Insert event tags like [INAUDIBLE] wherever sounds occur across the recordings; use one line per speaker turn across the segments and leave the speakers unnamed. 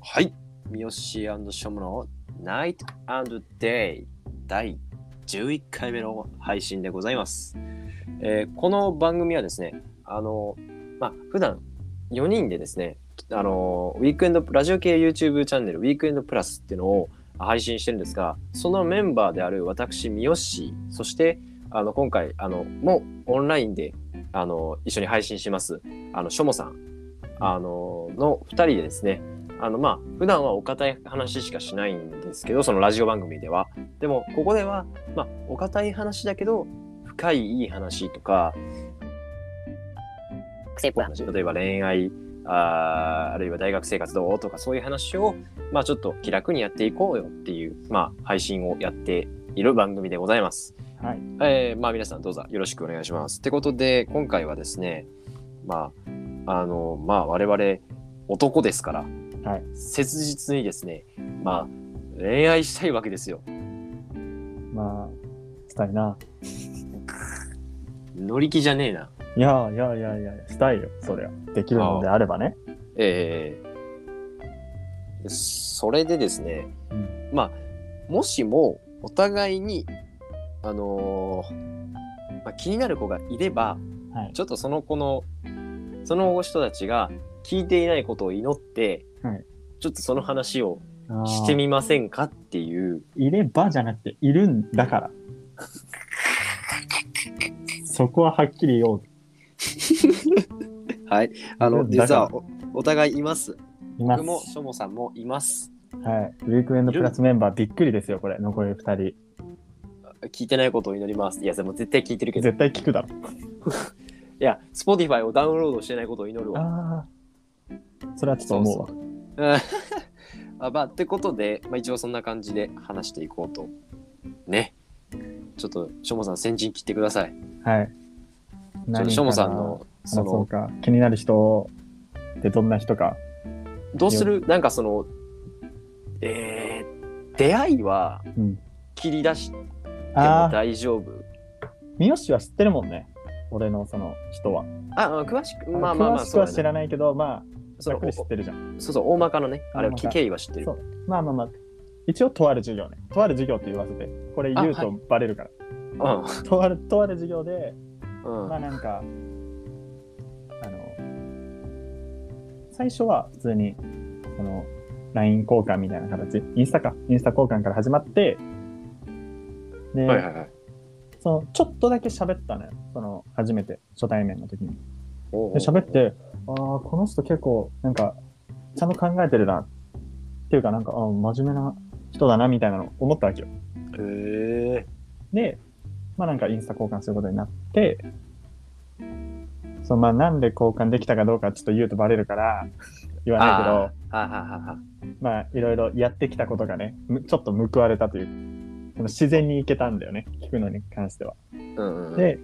はい。三好ショムの Night and Day 第11回目の配信でございます。えーこの番組はですね、あの、まあ、普段4人でですね、あの、ウィークエンド、ラジオ系 YouTube チャンネル、ウィークエンドプラスっていうのを配信してるんですが、そのメンバーである私、三好、そして、あの、今回、あの、もうオンラインで、あの、一緒に配信します、あの、しょもさん、あの、の2人でですね、あのまあ普段はお堅い話しかしないんですけどそのラジオ番組ではでもここではまあお堅い話だけど深いいい話とか
癖っぽい話。
例えば恋愛あーあるいは大学生活どうとかそういう話をまあちょっと気楽にやっていこうよっていうまあ配信をやっている番組でございます。
はい。
えーまあ皆さんどうぞよろしくお願いします。ってことで今回はですねまああのまあ我々男ですから、
はい
切実にですねまあ恋愛したいわけですよ。
まあ、したいな。
乗り気じゃねえな。
いやいやいやいや、したいよ、そりゃ。できるのであればね。
えーそれでですね、
うん
まあもしもお互いにあのーまあ、気になる子がいれば、
はい
ちょっとその子のその人たちが聞いていないことを祈って、
はい
ちょっとその話を
あー
してみませんかっていう
いればじゃなくて、いるんだから。そこははっきり言おう。
はいあの
うんだ
実
から
はおお互いいます
います
僕。もしょもさんもいます
はい。ウィークエンドプラスメンバーびっくりですよ、これ。残り2人。
聞いてないことを祈りますいやでも絶対聞いてるけど
絶対聞くだろ。
いや Spotify をダウンロードしてないことを祈るわ
ああ。それはちょっと思うわ。
うんあまあ、ってことで、まあ、一応そんな感じで話していこうと。ね。ちょっと、しょもさん、先陣切ってください。
はい。
ちょっとしょもさんの、そ
何から話そう
の、
か。気になる人ってどんな人か。
どうするなんかその、えー、出会いは
うん。
切り出しても
ああ、
大丈夫。
三好は知ってるもんね。俺のその人は。
ああ、詳しく、まあまあまあ、
詳しくは
そう
知
だね
らないけど、まあ、
そ
ざ
の
っく
お
り知ってるじゃん。
そうそう、大まかのね、あれは
大まか
経緯は知ってる
そ。うまあまあまあ、一応とある授業ね。とある授業って言わせて、これ言う
あ
とバレるから。
うん。
とある、とある授業で、
うん
まあなんか、あの、最初は普通に、その、LINE 交換みたいな形、インスタか、インスタ交換から始まって、で、
はいはいはい。
その、ちょっとだけ喋ったのよ。その、初めて、初対面の時に。
おうおう
で喋っ。て、ああ、この人結構、なんか、ちゃんと考えてるな。っていうか、なんか、あー真面目な人だな、みたいなの思ったわけよ。
へえ
で、まあなんかインスタ交換することになって、そのまあなんで交換できたかどうかちょっと言うとバレるから、言わない
ああ、はははは。
けど、まあいろいろやってきたことがね、むちょっと報われたというか、その自然にいけたんだよね、聞くのに関しては。
うんうん。
で、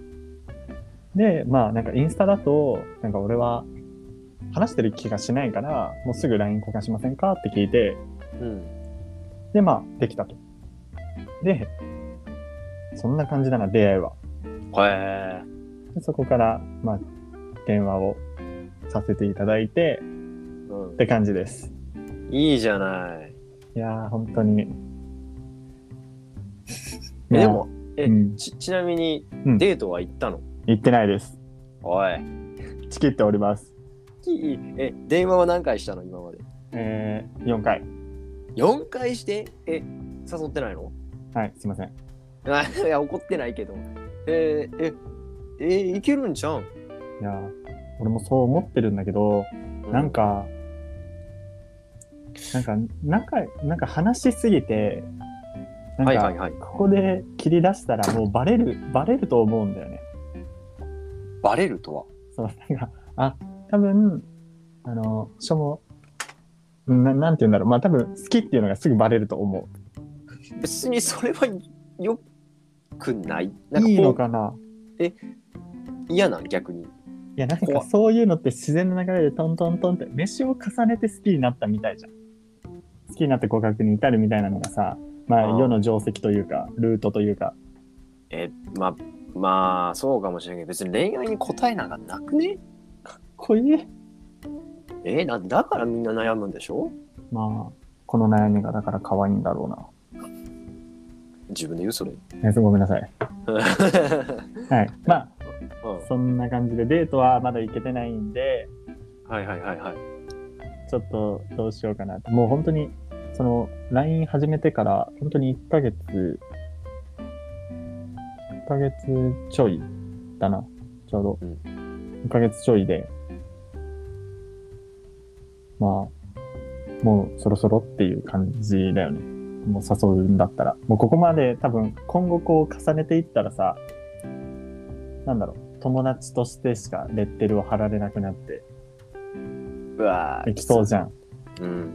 で、まあ、なんかインスタだと、なんか俺は話してる気がしないから、もうすぐ LINE 交換しませんかって聞いて、
うん。
で、まあ、できたと。で、そんな感じだな、出会いは。
へえ。
でそこから、まあ、電話をさせていただいて、
うん
って感じです。
いいじゃない。
いやー、本当に。
え
い
で
や、
も、え、
うん
ちちなみに
うん
デートは行ったの、
言ってないです。
おい
チキっております。
きえ電話は何回したの今まで
えー、4回。
4回してえ誘ってないの [LAUGHS]
はい、すいません。
あいや怒ってないけどえーええー、いけるんじゃん
いやー、俺もそう思ってるんだけど、なんか、なんか、仲、なんか話しすぎて、なん
はいはい
か、
はい
ここで切り出したらもうバレる、バレると思うんだよね。
バレるとは
そう、なんか、あ、多分、あの、しょも、ななんて言うんだろう。まあ多分、好きっていうのがすぐバレると思
別にそれはよくないな
う。
んか
いいの
こ
かな
う嫌なん逆に
いや、なん
怖
か
っ
そういうのって自然の流れでトントントンって、飯を重ねて好きになったみたいじゃん。好きになって告白に至るみたいなのがさ、まあ
あー
世の定石というか、ルートというか、
えまあまあそうかもしれないけど別に恋愛に答えなんかなくね
こういう
えなんでだからみんな悩むんでしょ
まあ、この悩みがだから可愛いんだろ
自分で言うそれ。 [LAUGHS]
うな。えごめんなさい。
う
はい。まあ、
ん
そんな感じでデートはまだ行けてないんで、
はいはいはいはい。
ちょっとどうしようかなもう本当に、その LINE 始めてから本当に1ヶ月、1ヶ月ちょいだな、ちょうど。
うん
1ヶ月ちょいで、まあ、もうそろそろっていう感じだよね。もう誘うんだったら。もうここまで多分今後こう重ねていったらさ、なんだろう、友達としてしかレッテルを貼られなくなって
うわー
いきそうじゃん。
うん。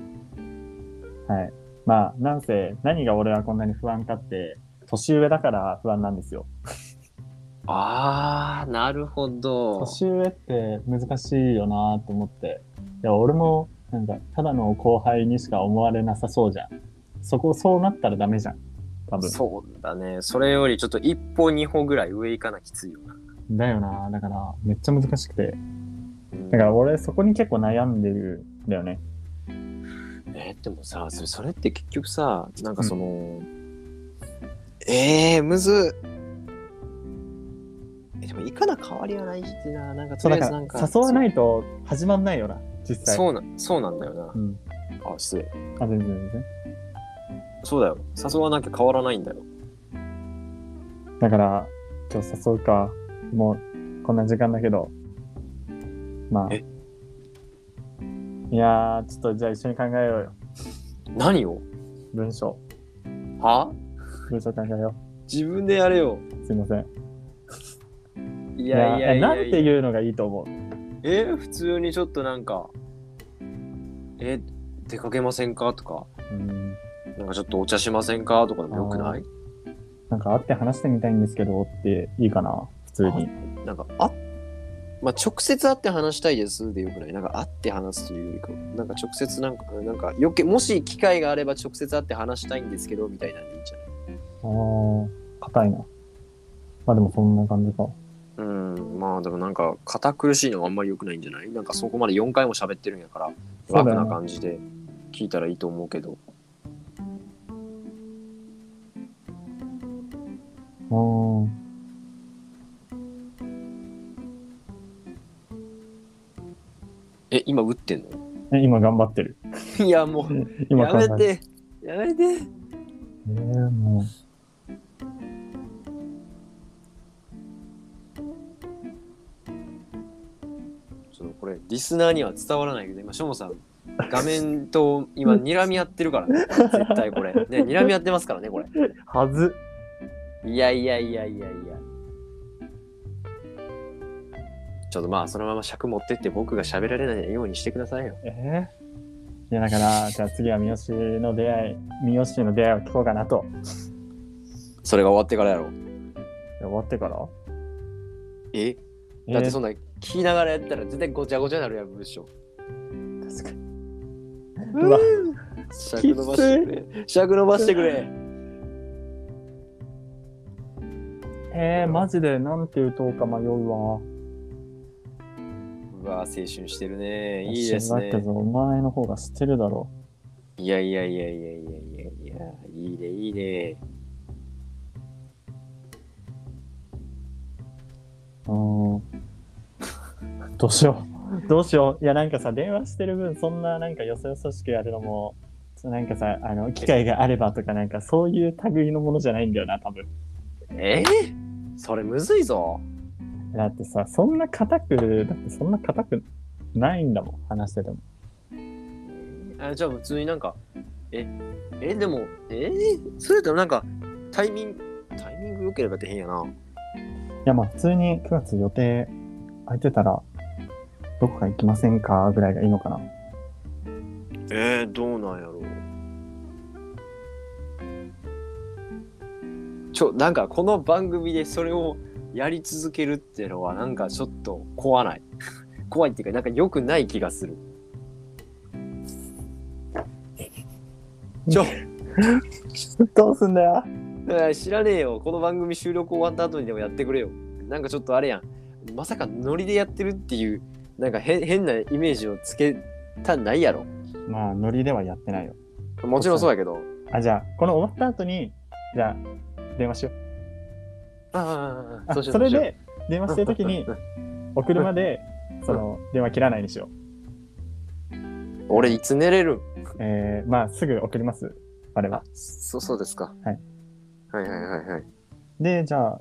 はい。まあ、なんせ、何が俺はこんなに不安かって、年上だから不安なんですよ。
あー、なるほど。
年上って難しいよなと思って。いや、俺も、なんか、ただの後輩にしか思われなさそうじゃん。そこ、そうなったらダメじゃん。多分。
そうだね。それよりちょっと一歩二歩ぐらい上行かなきついよな。
だよなだから、めっちゃ難しくて。
うん
だから、俺、そこに結構悩んでるんだよね。
えーでもさそれそれって結局さなんかその、えー、むずっえでもいかな変わりはないしななんか
そ
と
う、
りあ
だ
え
か
ず
ら
なん、か
誘わないと始まんないよな、実際。。
そううそうなそうなんだよな
うん。
あ失礼
あ、全然全然。
そうだよ誘わなきゃ変わらないんだよ
だから、今日誘うか。もう、こんな時間だけど。まあ。
え
いやー、ちょっとじゃあ一緒に考えようよ。
何を
文章。
は
文章考えよ
自分でやれよ
う。すいません。
い
い
やいやいやいや
なんていうのがいいと思う。
えー普通にちょっとなんかえ出かけませんかとか
うん。
なんかちょっとお茶しませんかとかでもよくない
なんか会って話してみたいんですけどっていいかな。普通に。
なんか、あまあ、直接会って話したいですでよくないなんか会って話すというよりか、なんか直接なんか、なんか余計、もし機会があれば直接会って話したいんですけど、みたいなんでいいんじゃない
あー、硬いな。まあでもそんな感じか。
うん、まあでもなんか、堅苦しいのはあんまり良くないんじゃないなんかそこまで4回も喋ってるんやから、
そうだ
楽
よね
な感じで聞いたらいいと思うけど。
うん。
え、今打ってん
え今頑張ってる。
のいや、もう、
今
や
考え
めて、やめて。
えー、も
ちょっとこれ、リスナーには伝わらないけど、今、しょもさん、画面と今、睨み合ってるからね、絶対これ。ね、睨み合ってますからね、これ。
う。はず。
いやいやいやいやいや。ちょっとまあ、そのまま尺持ってって、僕が喋られないようにしてくださいよ。
えーいやだから、じゃあ次は三好の出会い、三好の出会いを聞こうかなと。
それが終わってからやろ。
いや終わってから
え
え
だってそんな、聞きながらやったら絶対ごちゃごちゃになるやん、文章。
ー確かに。
う
うわ
尺伸ばしてくれ。尺伸ばしてくれ。
えー、マジでなんて言うとか迷うわ。
うわ、青春してるね。いいです
だけ
ね。
ど、お前の方が知ってるだろ
いやいやいやいやいやいやいや、いいね、いいね。
う。うん。どう [LAUGHS] しよう。どうしよう。いや、なんかさ、電話してる分、そんななんかよそよそしくやるのも、ちょなんかさ、あの、機会があればとか、なんかそういう類のものじゃないんだよな、多分。
えーそれむずいぞ。
だってさ、そんな硬く、だってそんな硬くないんだもん、話してても。
あじゃあ普通になんか、え、え、でも、えーそれとなんか、タイミング、タイミング良ければって変やな。
いや、まあ普通に9月予定空いてたら、どこか行きませんかぐらいがいいのかな。 [LAUGHS]
えー、どうなんやろう。ちょ、なんかこの番組でそれをやり続けるっていうのはなんかちょっと怖ない。 [LAUGHS] 怖いっていうか、なんか良くない気がする。ちょ、
どうすんだよ。
えー知らねえよ。この番組収録終わった後にでもやってくれよ。なんかちょっとあれやん。まさかノリでやってるっていう、なんか変変なイメージをつけたんないやろ。
まあ、ノリではやってないよ。
もちろんそうやけど。
あ、じゃあ、この終わった後に、じゃあ、電話しよう。
あ
あ
あ、
そう
しよう
れ
そうしよ
で、電話してる
う
ときに、送るまで、その、電話切らないにしよ
俺いつ寝れるん
う。えー、まあ、すぐ送ります。あれは
あ。、そう、そうですか。
はい。
はいはいはいはい。
で、じゃあ、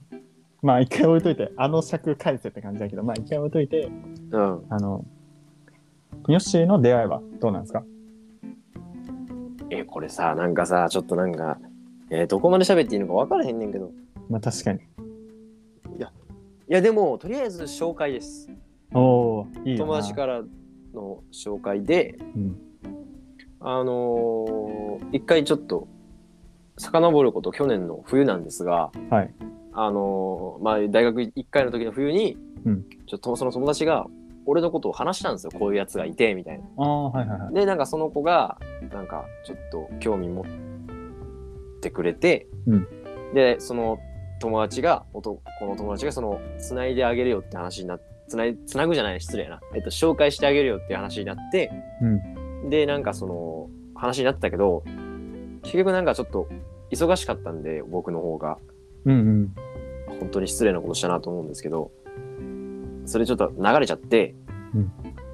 まあ、一回置いといて、あの尺返せって感じだけど、まあ、一回置いといて、
うん。
あの、ヨッシーの出会いはどうなんですか
え、これさ、なんかさ、ちょっとなんか、えーどこまで喋っていいのか分からへんねんけど。
まあ、確かに。
いや、でも、とりあえず紹介です。
おー、いいよ
友
な。
達からの紹介で、
うん
あのー一回ちょっと、遡ること、去年の冬なんですが、
はい。
あのーまあ、大学1回の時の冬に、
うん
ちょっとその友達が、俺のことを話したんですよ、こういうやつがいて、みたいな。
ああ、はいはいはい。
で、なんかその子が、なんかちょっと興味持ってくれて、
うん
で、その友達が、男の友達が、その、つないであげるよって話になって、つない、つなぐじゃない、失礼やな。えっと、紹介してあげるよって話になって、
うん。
で、なんかその、話になったけど、結局なんかちょっと、忙しかったんで、僕の方が、
うんうん。
本当に失礼なことしたなと思うんですけど、それちょっと流れちゃって、
うん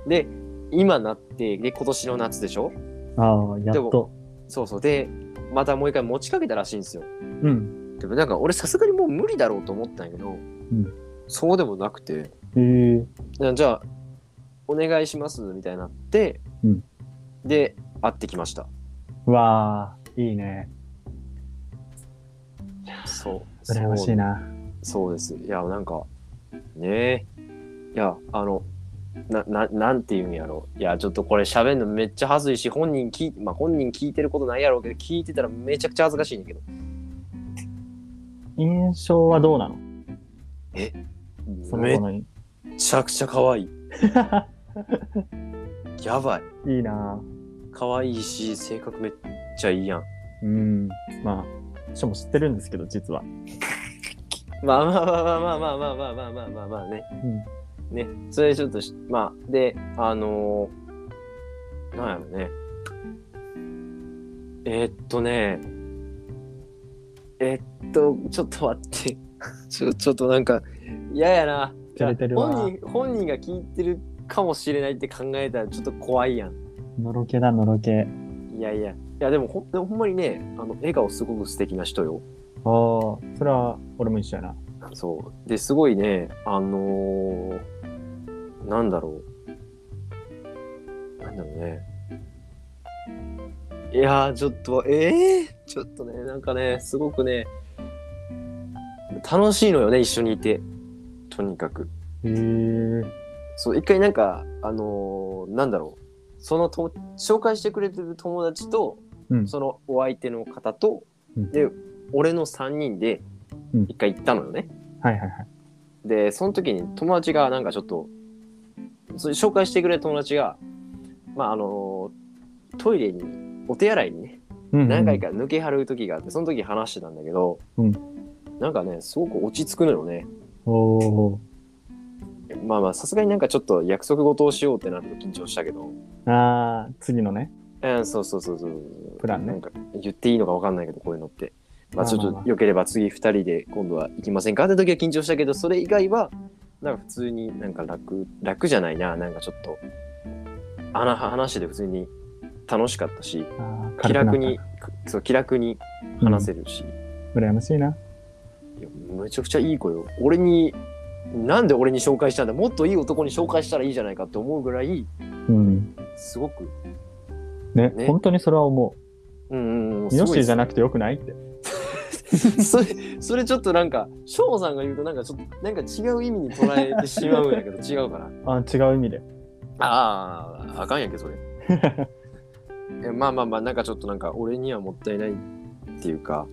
で、今なって、で、今年の夏でしょ
ああ、やっ
で
と
も。そうそう。で、またもう一回持ちかけたらしいんですよ。
うん。
でもなんか俺さすがにもう無理だろうと思ったんやけど、
ん
そうでもなくて、
えー、
なじゃあ、お願いしますみたいになって、
うん
で、会ってきました。
うわあ、いいね。
そう。
羨ましいな。
そう。そうです。いや、なんか、ねえ。いや、あの、な、な、なんていうんやろいや、ちょっとこれ喋るのめっちゃ恥ずいし、本人聞い、まあ、本人聞いてることないやろうけど、聞いてたらめちゃくちゃ恥ずかしいんだけど。
印象はどうなのその
め
子のい
めちゃくちゃ可愛い。やばい。
[LAUGHS] いな。
可愛いし、性格めっちゃいいやん。
うん。まあ、しかも知ってるんですけど、実は。
まあまあまあまあまあまあまあまあまあまあまあね。
うん。
ね。それちょっとし、まあ、で、あのー、なんやろね。えーっとね、えーっと、ちょっと待って。 [LAUGHS] ちょ、ちょっとなんか、嫌やな。
照れてるわ
本人、本人が聞いてるかもしれないって考えたらちょっと怖いやん。
のろけだ、のろけ。
いやいや。いやでもほんでもほんまにね、あの、笑顔すごく素敵な人よ。
ああ、それは俺も一緒やな。
そう。で、すごいね、あのーなんだろう。なんだろうね。いやー、ちょっと、ええちょっとね、なんかね、すごくね、楽しいのよね、一緒にいて。とにかく。
へえ
そう、一回なんか、あのーなんだろう。そのと、紹介してくれてる友達と、
うん
そのお相手の方と、
うん
で、俺の3人で
うん、
一回行ったのよね。
はいはいはい。
で、その時に友達がなんかちょっと、そういう紹介してくれた友達が、まああの、トイレに、お手洗いにね、
うん、
何回か。抜けはる時があって、その時話してたんだけど、
うん
なんかね、すごく落ち着くのよね。
おお。
まあまあ、さすがになんかちょっと約束事をしようってなると緊張したけど、
ああ、次のね。
うん、そうそうそうそう。
プラン
な
ね
んか言っていいのかわかんないけど、こういうのって。まあ
まあ
ちょ
まあ
っ
まあ
と良ければ次2人で今度は行きませんかって時は緊張したけど、それ以外は、なんか普通になんか楽、楽じゃないな。なんかちょっと、あな話してて普通に楽しかったし、
あー
気楽に
軽くなっ、
そう、気楽に
た
話せるし、
うん羨ましいな。
いやめちゃくちゃいい子よ。俺に、なんで俺に紹介したんだもっといい男に紹介したらいいじゃないかって思うぐらい、
うん。
すごく、
ね、
ね
本当にそれは思
うんうんうん、
う。ヨッシーじゃ
なく
なくてよくないって。
[LAUGHS] それ、それちょっとなんか、翔さんが言うとなんかちょっと、なんか違う意味に捉えてしまうんやけど、違うかな。
あ違う意味で。
ああ、あかんやんけ、それ。えまあまあまあ、なんかちょっとなんか、俺にはもったいないっていうか、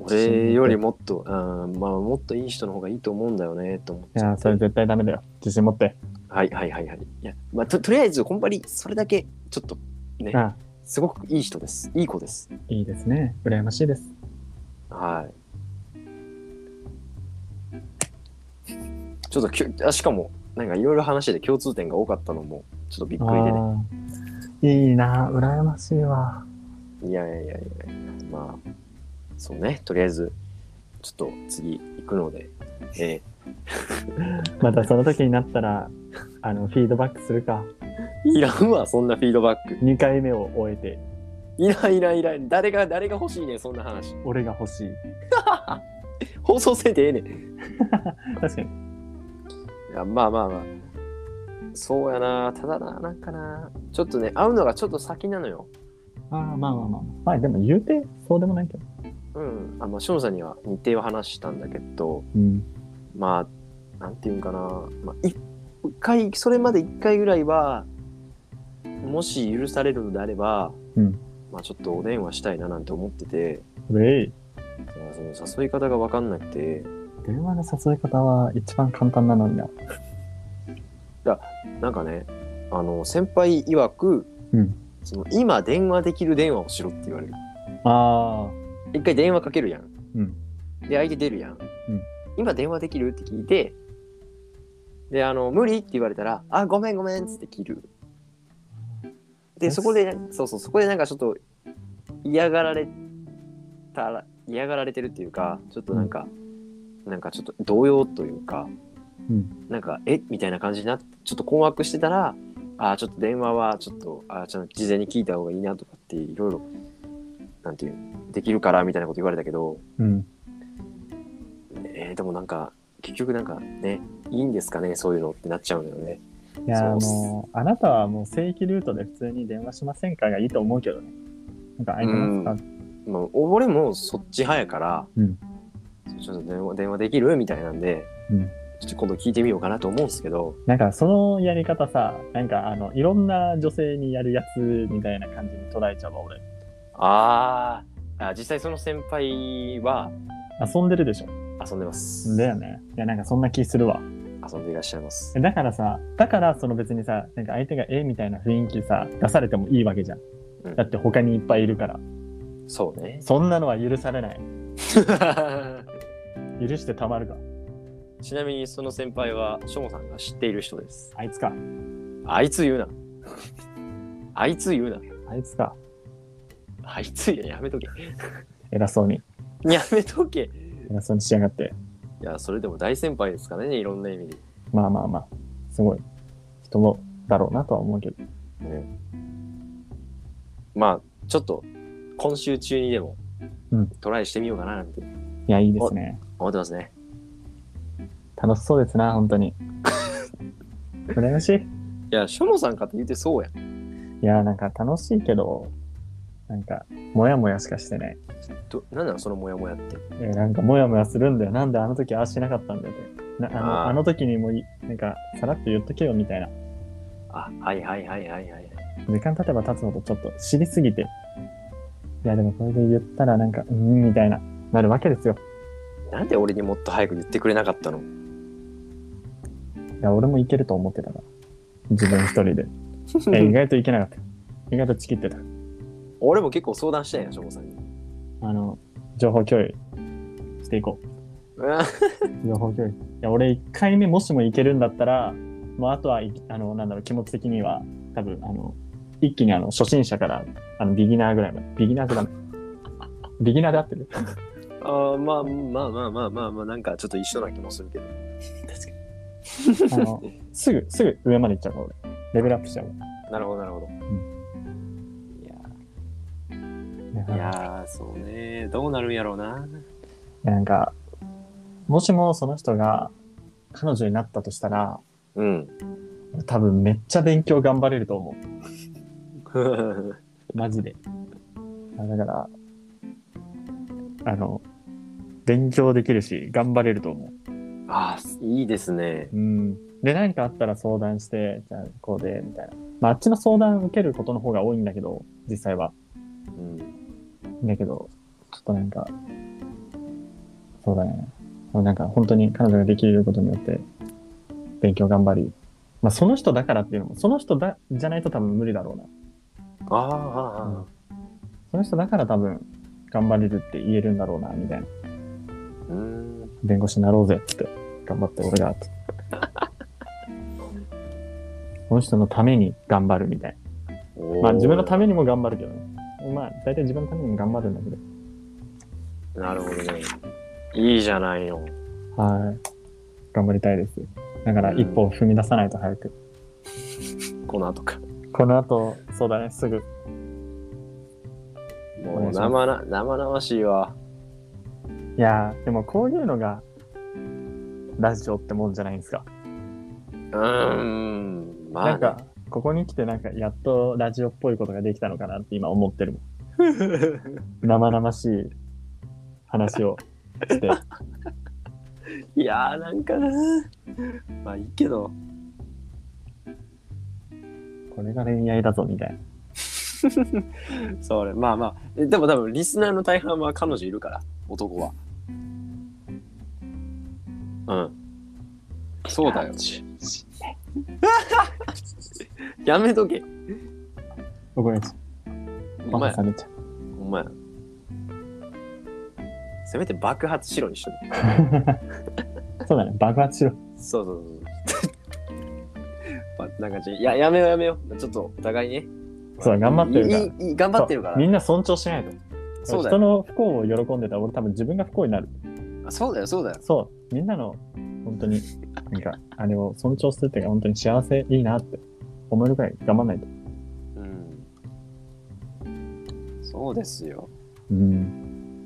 俺よりもっと、うん、まあもっといい人の方がいいと思うんだよね、と思って。
いやー、それ絶対ダメだよ。自信持って。
はいはいはいはい。いや、まあと、とりあえず、ほんまにそれだけ、ちょっと、ね、
あ
すごくいい人です。いい子です。
いいですね。羨ましいです。
はい。ちょっときゅあしかも、なんかいろいろ話してて共通点が多かったのも、ちょっとびっくりでね。
あいいな、羨ましいわ。
いやいやいやいや、まあ、そうね、とりあえず、ちょっと次行くので、え
またその時になったら、 [LAUGHS] あの、フィードバックするか。
ー、いらんわ、そんなフィードバック。
2回目を終えて、
いらんいらんいらん、誰が、誰が欲しいね、そんな話。
俺が欲しい。
放送せんでええねん。
確かに。
いやまあまあまあそうやなただななんかなちょっとね会うのがちょっと先なのよ
ああ、まあまあまあ。まあでも言うて、そうでもないけど。
うんあまあしさんには日程を話したんだけど
うん。
まあなんていうんかな、まあ、い一回それまで一回ぐらいはもし許されるのであれば、
うん
まあちょっとお電話したいななんて思ってて
ウェイ。
その誘い方が分かんなくて
電話の誘い方は一番簡単なのにな。
なんかねあの先輩曰く、
うん
その今電話できる電話をしろって言われる
ああ。
一回電話かけるやん。
うん
で、相手出るやん。
ん
今電話できるって聞いて、で、あの、無理って言われたら、あ、ごめんごめんっつって切る。で、
です
そこで、そうそう、そこでなんかちょっと嫌がられたら、嫌がられてるっていうか、ちょっとなんか、なんかちょっと動揺というか、
うん
なんか、えみたいな感じになって、ちょっと困惑してたら、あーちょっと電話はちょっと、あーちゃんと事前に聞いた方がいいなとかって、いろいろ、なんていうできるからみたいなこと言われたけど、
うん。
えーでもなんか結局なんかねいいんですかねそういうのってなっちゃうのよね
いや
そうっす
もうあなたはもう正規ルートで普通に電話しませんかがいいと思うけどね。なんか相手の使う
まあ俺もそっち派やから、
うん
ちょっと電話電話できるみたいなんで、
うん
ちょっと今度聞いてみようかなと思うんですけど
なんかそのやり方さ、なんかあのいろんな女性にやるやつみたいな感じに捉えちゃうわ俺。
あーあ実際その先輩は
遊んでるでしょ。
遊んでます
だよね。いやなんかそんな気するわ。
遊んでいらっしゃいます
だからさ、だからその別にさ、なんか相手がえみたいな雰囲気さ、出されてもいいわけじゃん。
うん
だって他にいっぱいいるから。
そうね [LAUGHS]
そんなのは許されない。許してたまるか。
ちなみにその先輩はしょもさんが知っている人です
あいつか。
あいつ言うなあいつ言うな
あいつか。
あいつ言うなやめとけ
偉そうに。
やめとけ
偉そうにしやがって。
いや、それでも大先輩ですからね、いろんな意味で。
まあまあまあ、すごい人もだろうなとは思うけど。
まあ、ちょっと、今週中にでも
うん、
トライしてみようかななんて
いや、いいですね。
思ってますね。
楽しそうですな、本当
[LAUGHS]
に。羨ましい。い
いや、しょもさんかって言ってそうやん。
や、なんか楽しいけど、なんか、もやもやしかしてない。
どなんなの、そのモヤモヤって。
えーなんか、もやもやするんだよ。なんであの時ああしなかったんだよって。なあの
あー
あの時にもい、なんか、さらっと言っとけよみたいな。
あ、はいはいはいはいはい。
時間経てば経つほどちょっと知りすぎて。いや、でもこれで言ったらなんか、うーん、みたいな、なるわけですよ。
なんで俺にもっと早く言ってくれなかったの
いや、俺もいけると思ってたから。自分一
[LAUGHS]
人で。え意外といけなかった。意外とチキってた。
俺も結構相談したんや、しょもさんに。
あの、情報共有していこ
うん
う。情報共有。いや、俺1回目もしもいけるんだったら、もうあとはい、あの、なんだろう、気持ち的には、多分、あの、一気にあの、初心者から、あの、ビギナーぐらいまで。ビギナーってダメ。 [LAUGHS] ビギナーで合ってる
あーまあまあまあまあまあまあ、なんかちょっと一緒な気もするけど。確か
あの、 [LAUGHS] すぐ、すぐ上まで行っちゃうから、俺。レベルアップしちゃうか
に。なるほど、なるほど。いやー、
ら。
いやーそうね。どうなるんやろうな。
なんか、もしもその人が彼女になったとしたら、
うん。
多分めっちゃ勉強頑張れると思う。マジで。あだから、あの、勉強できるし、頑張れると思
ああ、いいですね
う。。うん。で、何かあったら相談して、じゃあ、こうで、みたいな。まあ、あっちの相談受けることの方が多いんだけど、実際は。
うん、
だけど、ちょっとなんか、そうだね。なんか、本当に彼女ができることによって、勉強頑張り。まあ、その人だからっていうのも、その人だ、じゃないと多分無理だろうな。
ああああ、あ
その人だから多分、頑張れるって言えるんだろうな、みたいな。
あうん。
弁護士になろうぜっつって頑張って俺がっつってこの人のために頑張るみたいまあ自分のためにも頑張るけどね。まあ大体自分のためにも頑張るんだけど。
なるほどね。いいじゃないの。
はい。頑張りたいです。だから
うん
一歩踏み出さないと早く。
この後か。
この後、そうだね、すぐ。お
も
願
う
いします
生な生々しいわ。
いやー、でもこういうのが、ラジオってもんじゃないですか。
うーん。まあ、ね、
なんか、ここに来てなんか、やっとラジオっぽいことができたのかなって今思ってるもん。生々しい話を [LAUGHS] して。
[LAUGHS] いやーなんかな。まあいいけど。
これが恋愛だぞ、みたいな。
それ、まあまあ。えでも多分、リスナーの大半は彼女いるから、男は。うん。そうだよ。 [LAUGHS] やめとけ。
ごめんなさい。
お
バ
前
カ、冷めちゃう。
お前。せめて爆発しろにしとけ。
[LAUGHS] そうだね、爆発しろ。
そうそうそう [LAUGHS] そう。まあ、なんか、いや、やめようやめよう。ちょっと、お互いね。
そう頑張ってるから
いいいい頑張ってるから
そう。みんな尊重しないと。
そうだ
人
よ。
の不幸を喜んでたら俺多分自分が不幸になる。
あそうだよ、そうだよ。
そう。みんなの本当に、なんか、あれを尊重するっていうか、本当に幸せいいなって思えるくらい頑張んないと。
うん。そうですよ。
うん。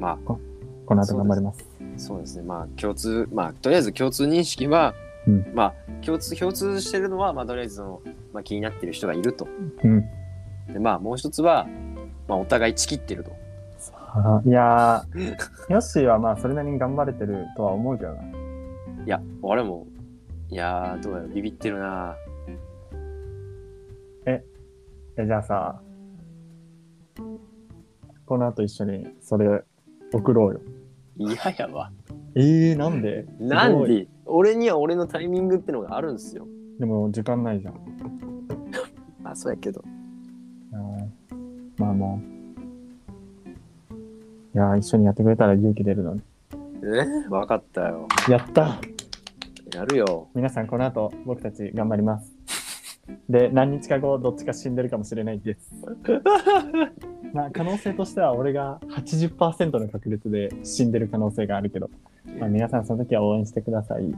ま
この後頑張ります。
あ、そうですね。まあ、共通、まあ、とりあえず共通認識は、
うん
まあ、共通、共通してるのは、まあ、とりあえずその、まあ、気になってる人がいると。
うん。
で、まあ、もう一つは、まあ、お互いちきってると。
あーいやー、ヨッシーはまあそれなりに頑張れてるとは思うけどな。
いや、俺も、いやー、どうやろ、ビビってるな
え、じゃあさ、この後一緒にそれ送ろうよ。
嫌ややわ。
えー、なんで
なん
すごい
で、俺には俺のタイミングってのがあるんですよ。
でも時間ないじゃん。
あ、そうやけど。
うんまあもう。いやー、一緒にやってくれたら勇気出るのに。
えわかったよ。
やった
やるよ。
皆さん、この後、僕たち頑張ります。で、何日か後、どっちか死んでるかもしれないです。 [LAUGHS] まあ、可能性としては、俺が80%の確率で死んでる可能性があるけど、まあ、皆さん、その時は応援してください。
い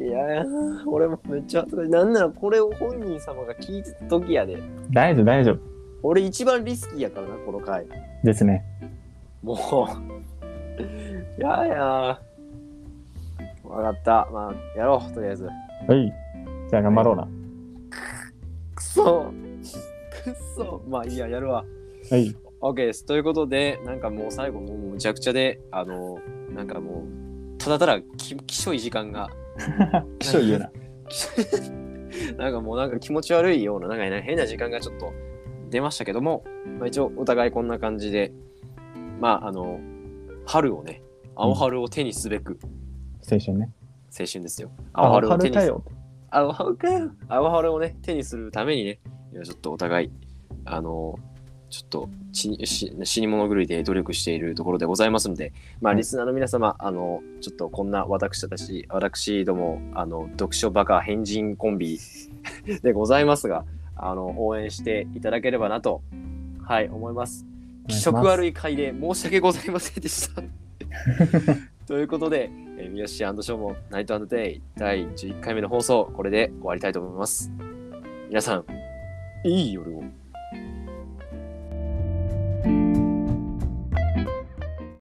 やー、俺もめっちゃ恥ずかしい。なんならこれを本人様が聞いてた時やで。
大丈夫、大丈夫
俺一番リスキーやからな、この回。
ですね。
もう。い [LAUGHS] やーやー。わかった。まあ、やろう、とりあえず。
はい。じゃあ、頑張ろうな。
くそくそまあいいや、やるわ。
はい。
OK です。ということで、なんかもう最後、もうむちゃくちゃで、あの、なんかもう、ただただき、きしょい時間が。 [LAUGHS]
[LAUGHS] 気象言うな。
なんかもうなんか気持ち悪いような、なんか変な時間がちょっと出ましたけども、まあ、一応お互いこんな感じで、まああの、春をね、青春を手にすべく、
青春ね。
青春ですよ。
あ
青春を手に
か
す
よ。
青春かよ。青春をね、手にするためにね、いやちょっとお互い、あの、ちょっと死に死死に物狂いで努力しているところでございますので、まあ、
はい
リスナーの皆様、あの、ちょっとこんな私たち、私ども、あの、読書バカ変人コンビ [LAUGHS] でございますが、あの、応援していただければなと、はい、思います。気色悪
い。
い回で申し訳ございませんでした。ということで、えー、三好ショーもナイトデイ第11回目の放送、これで終わりたいと思います。皆さん、いい夜を。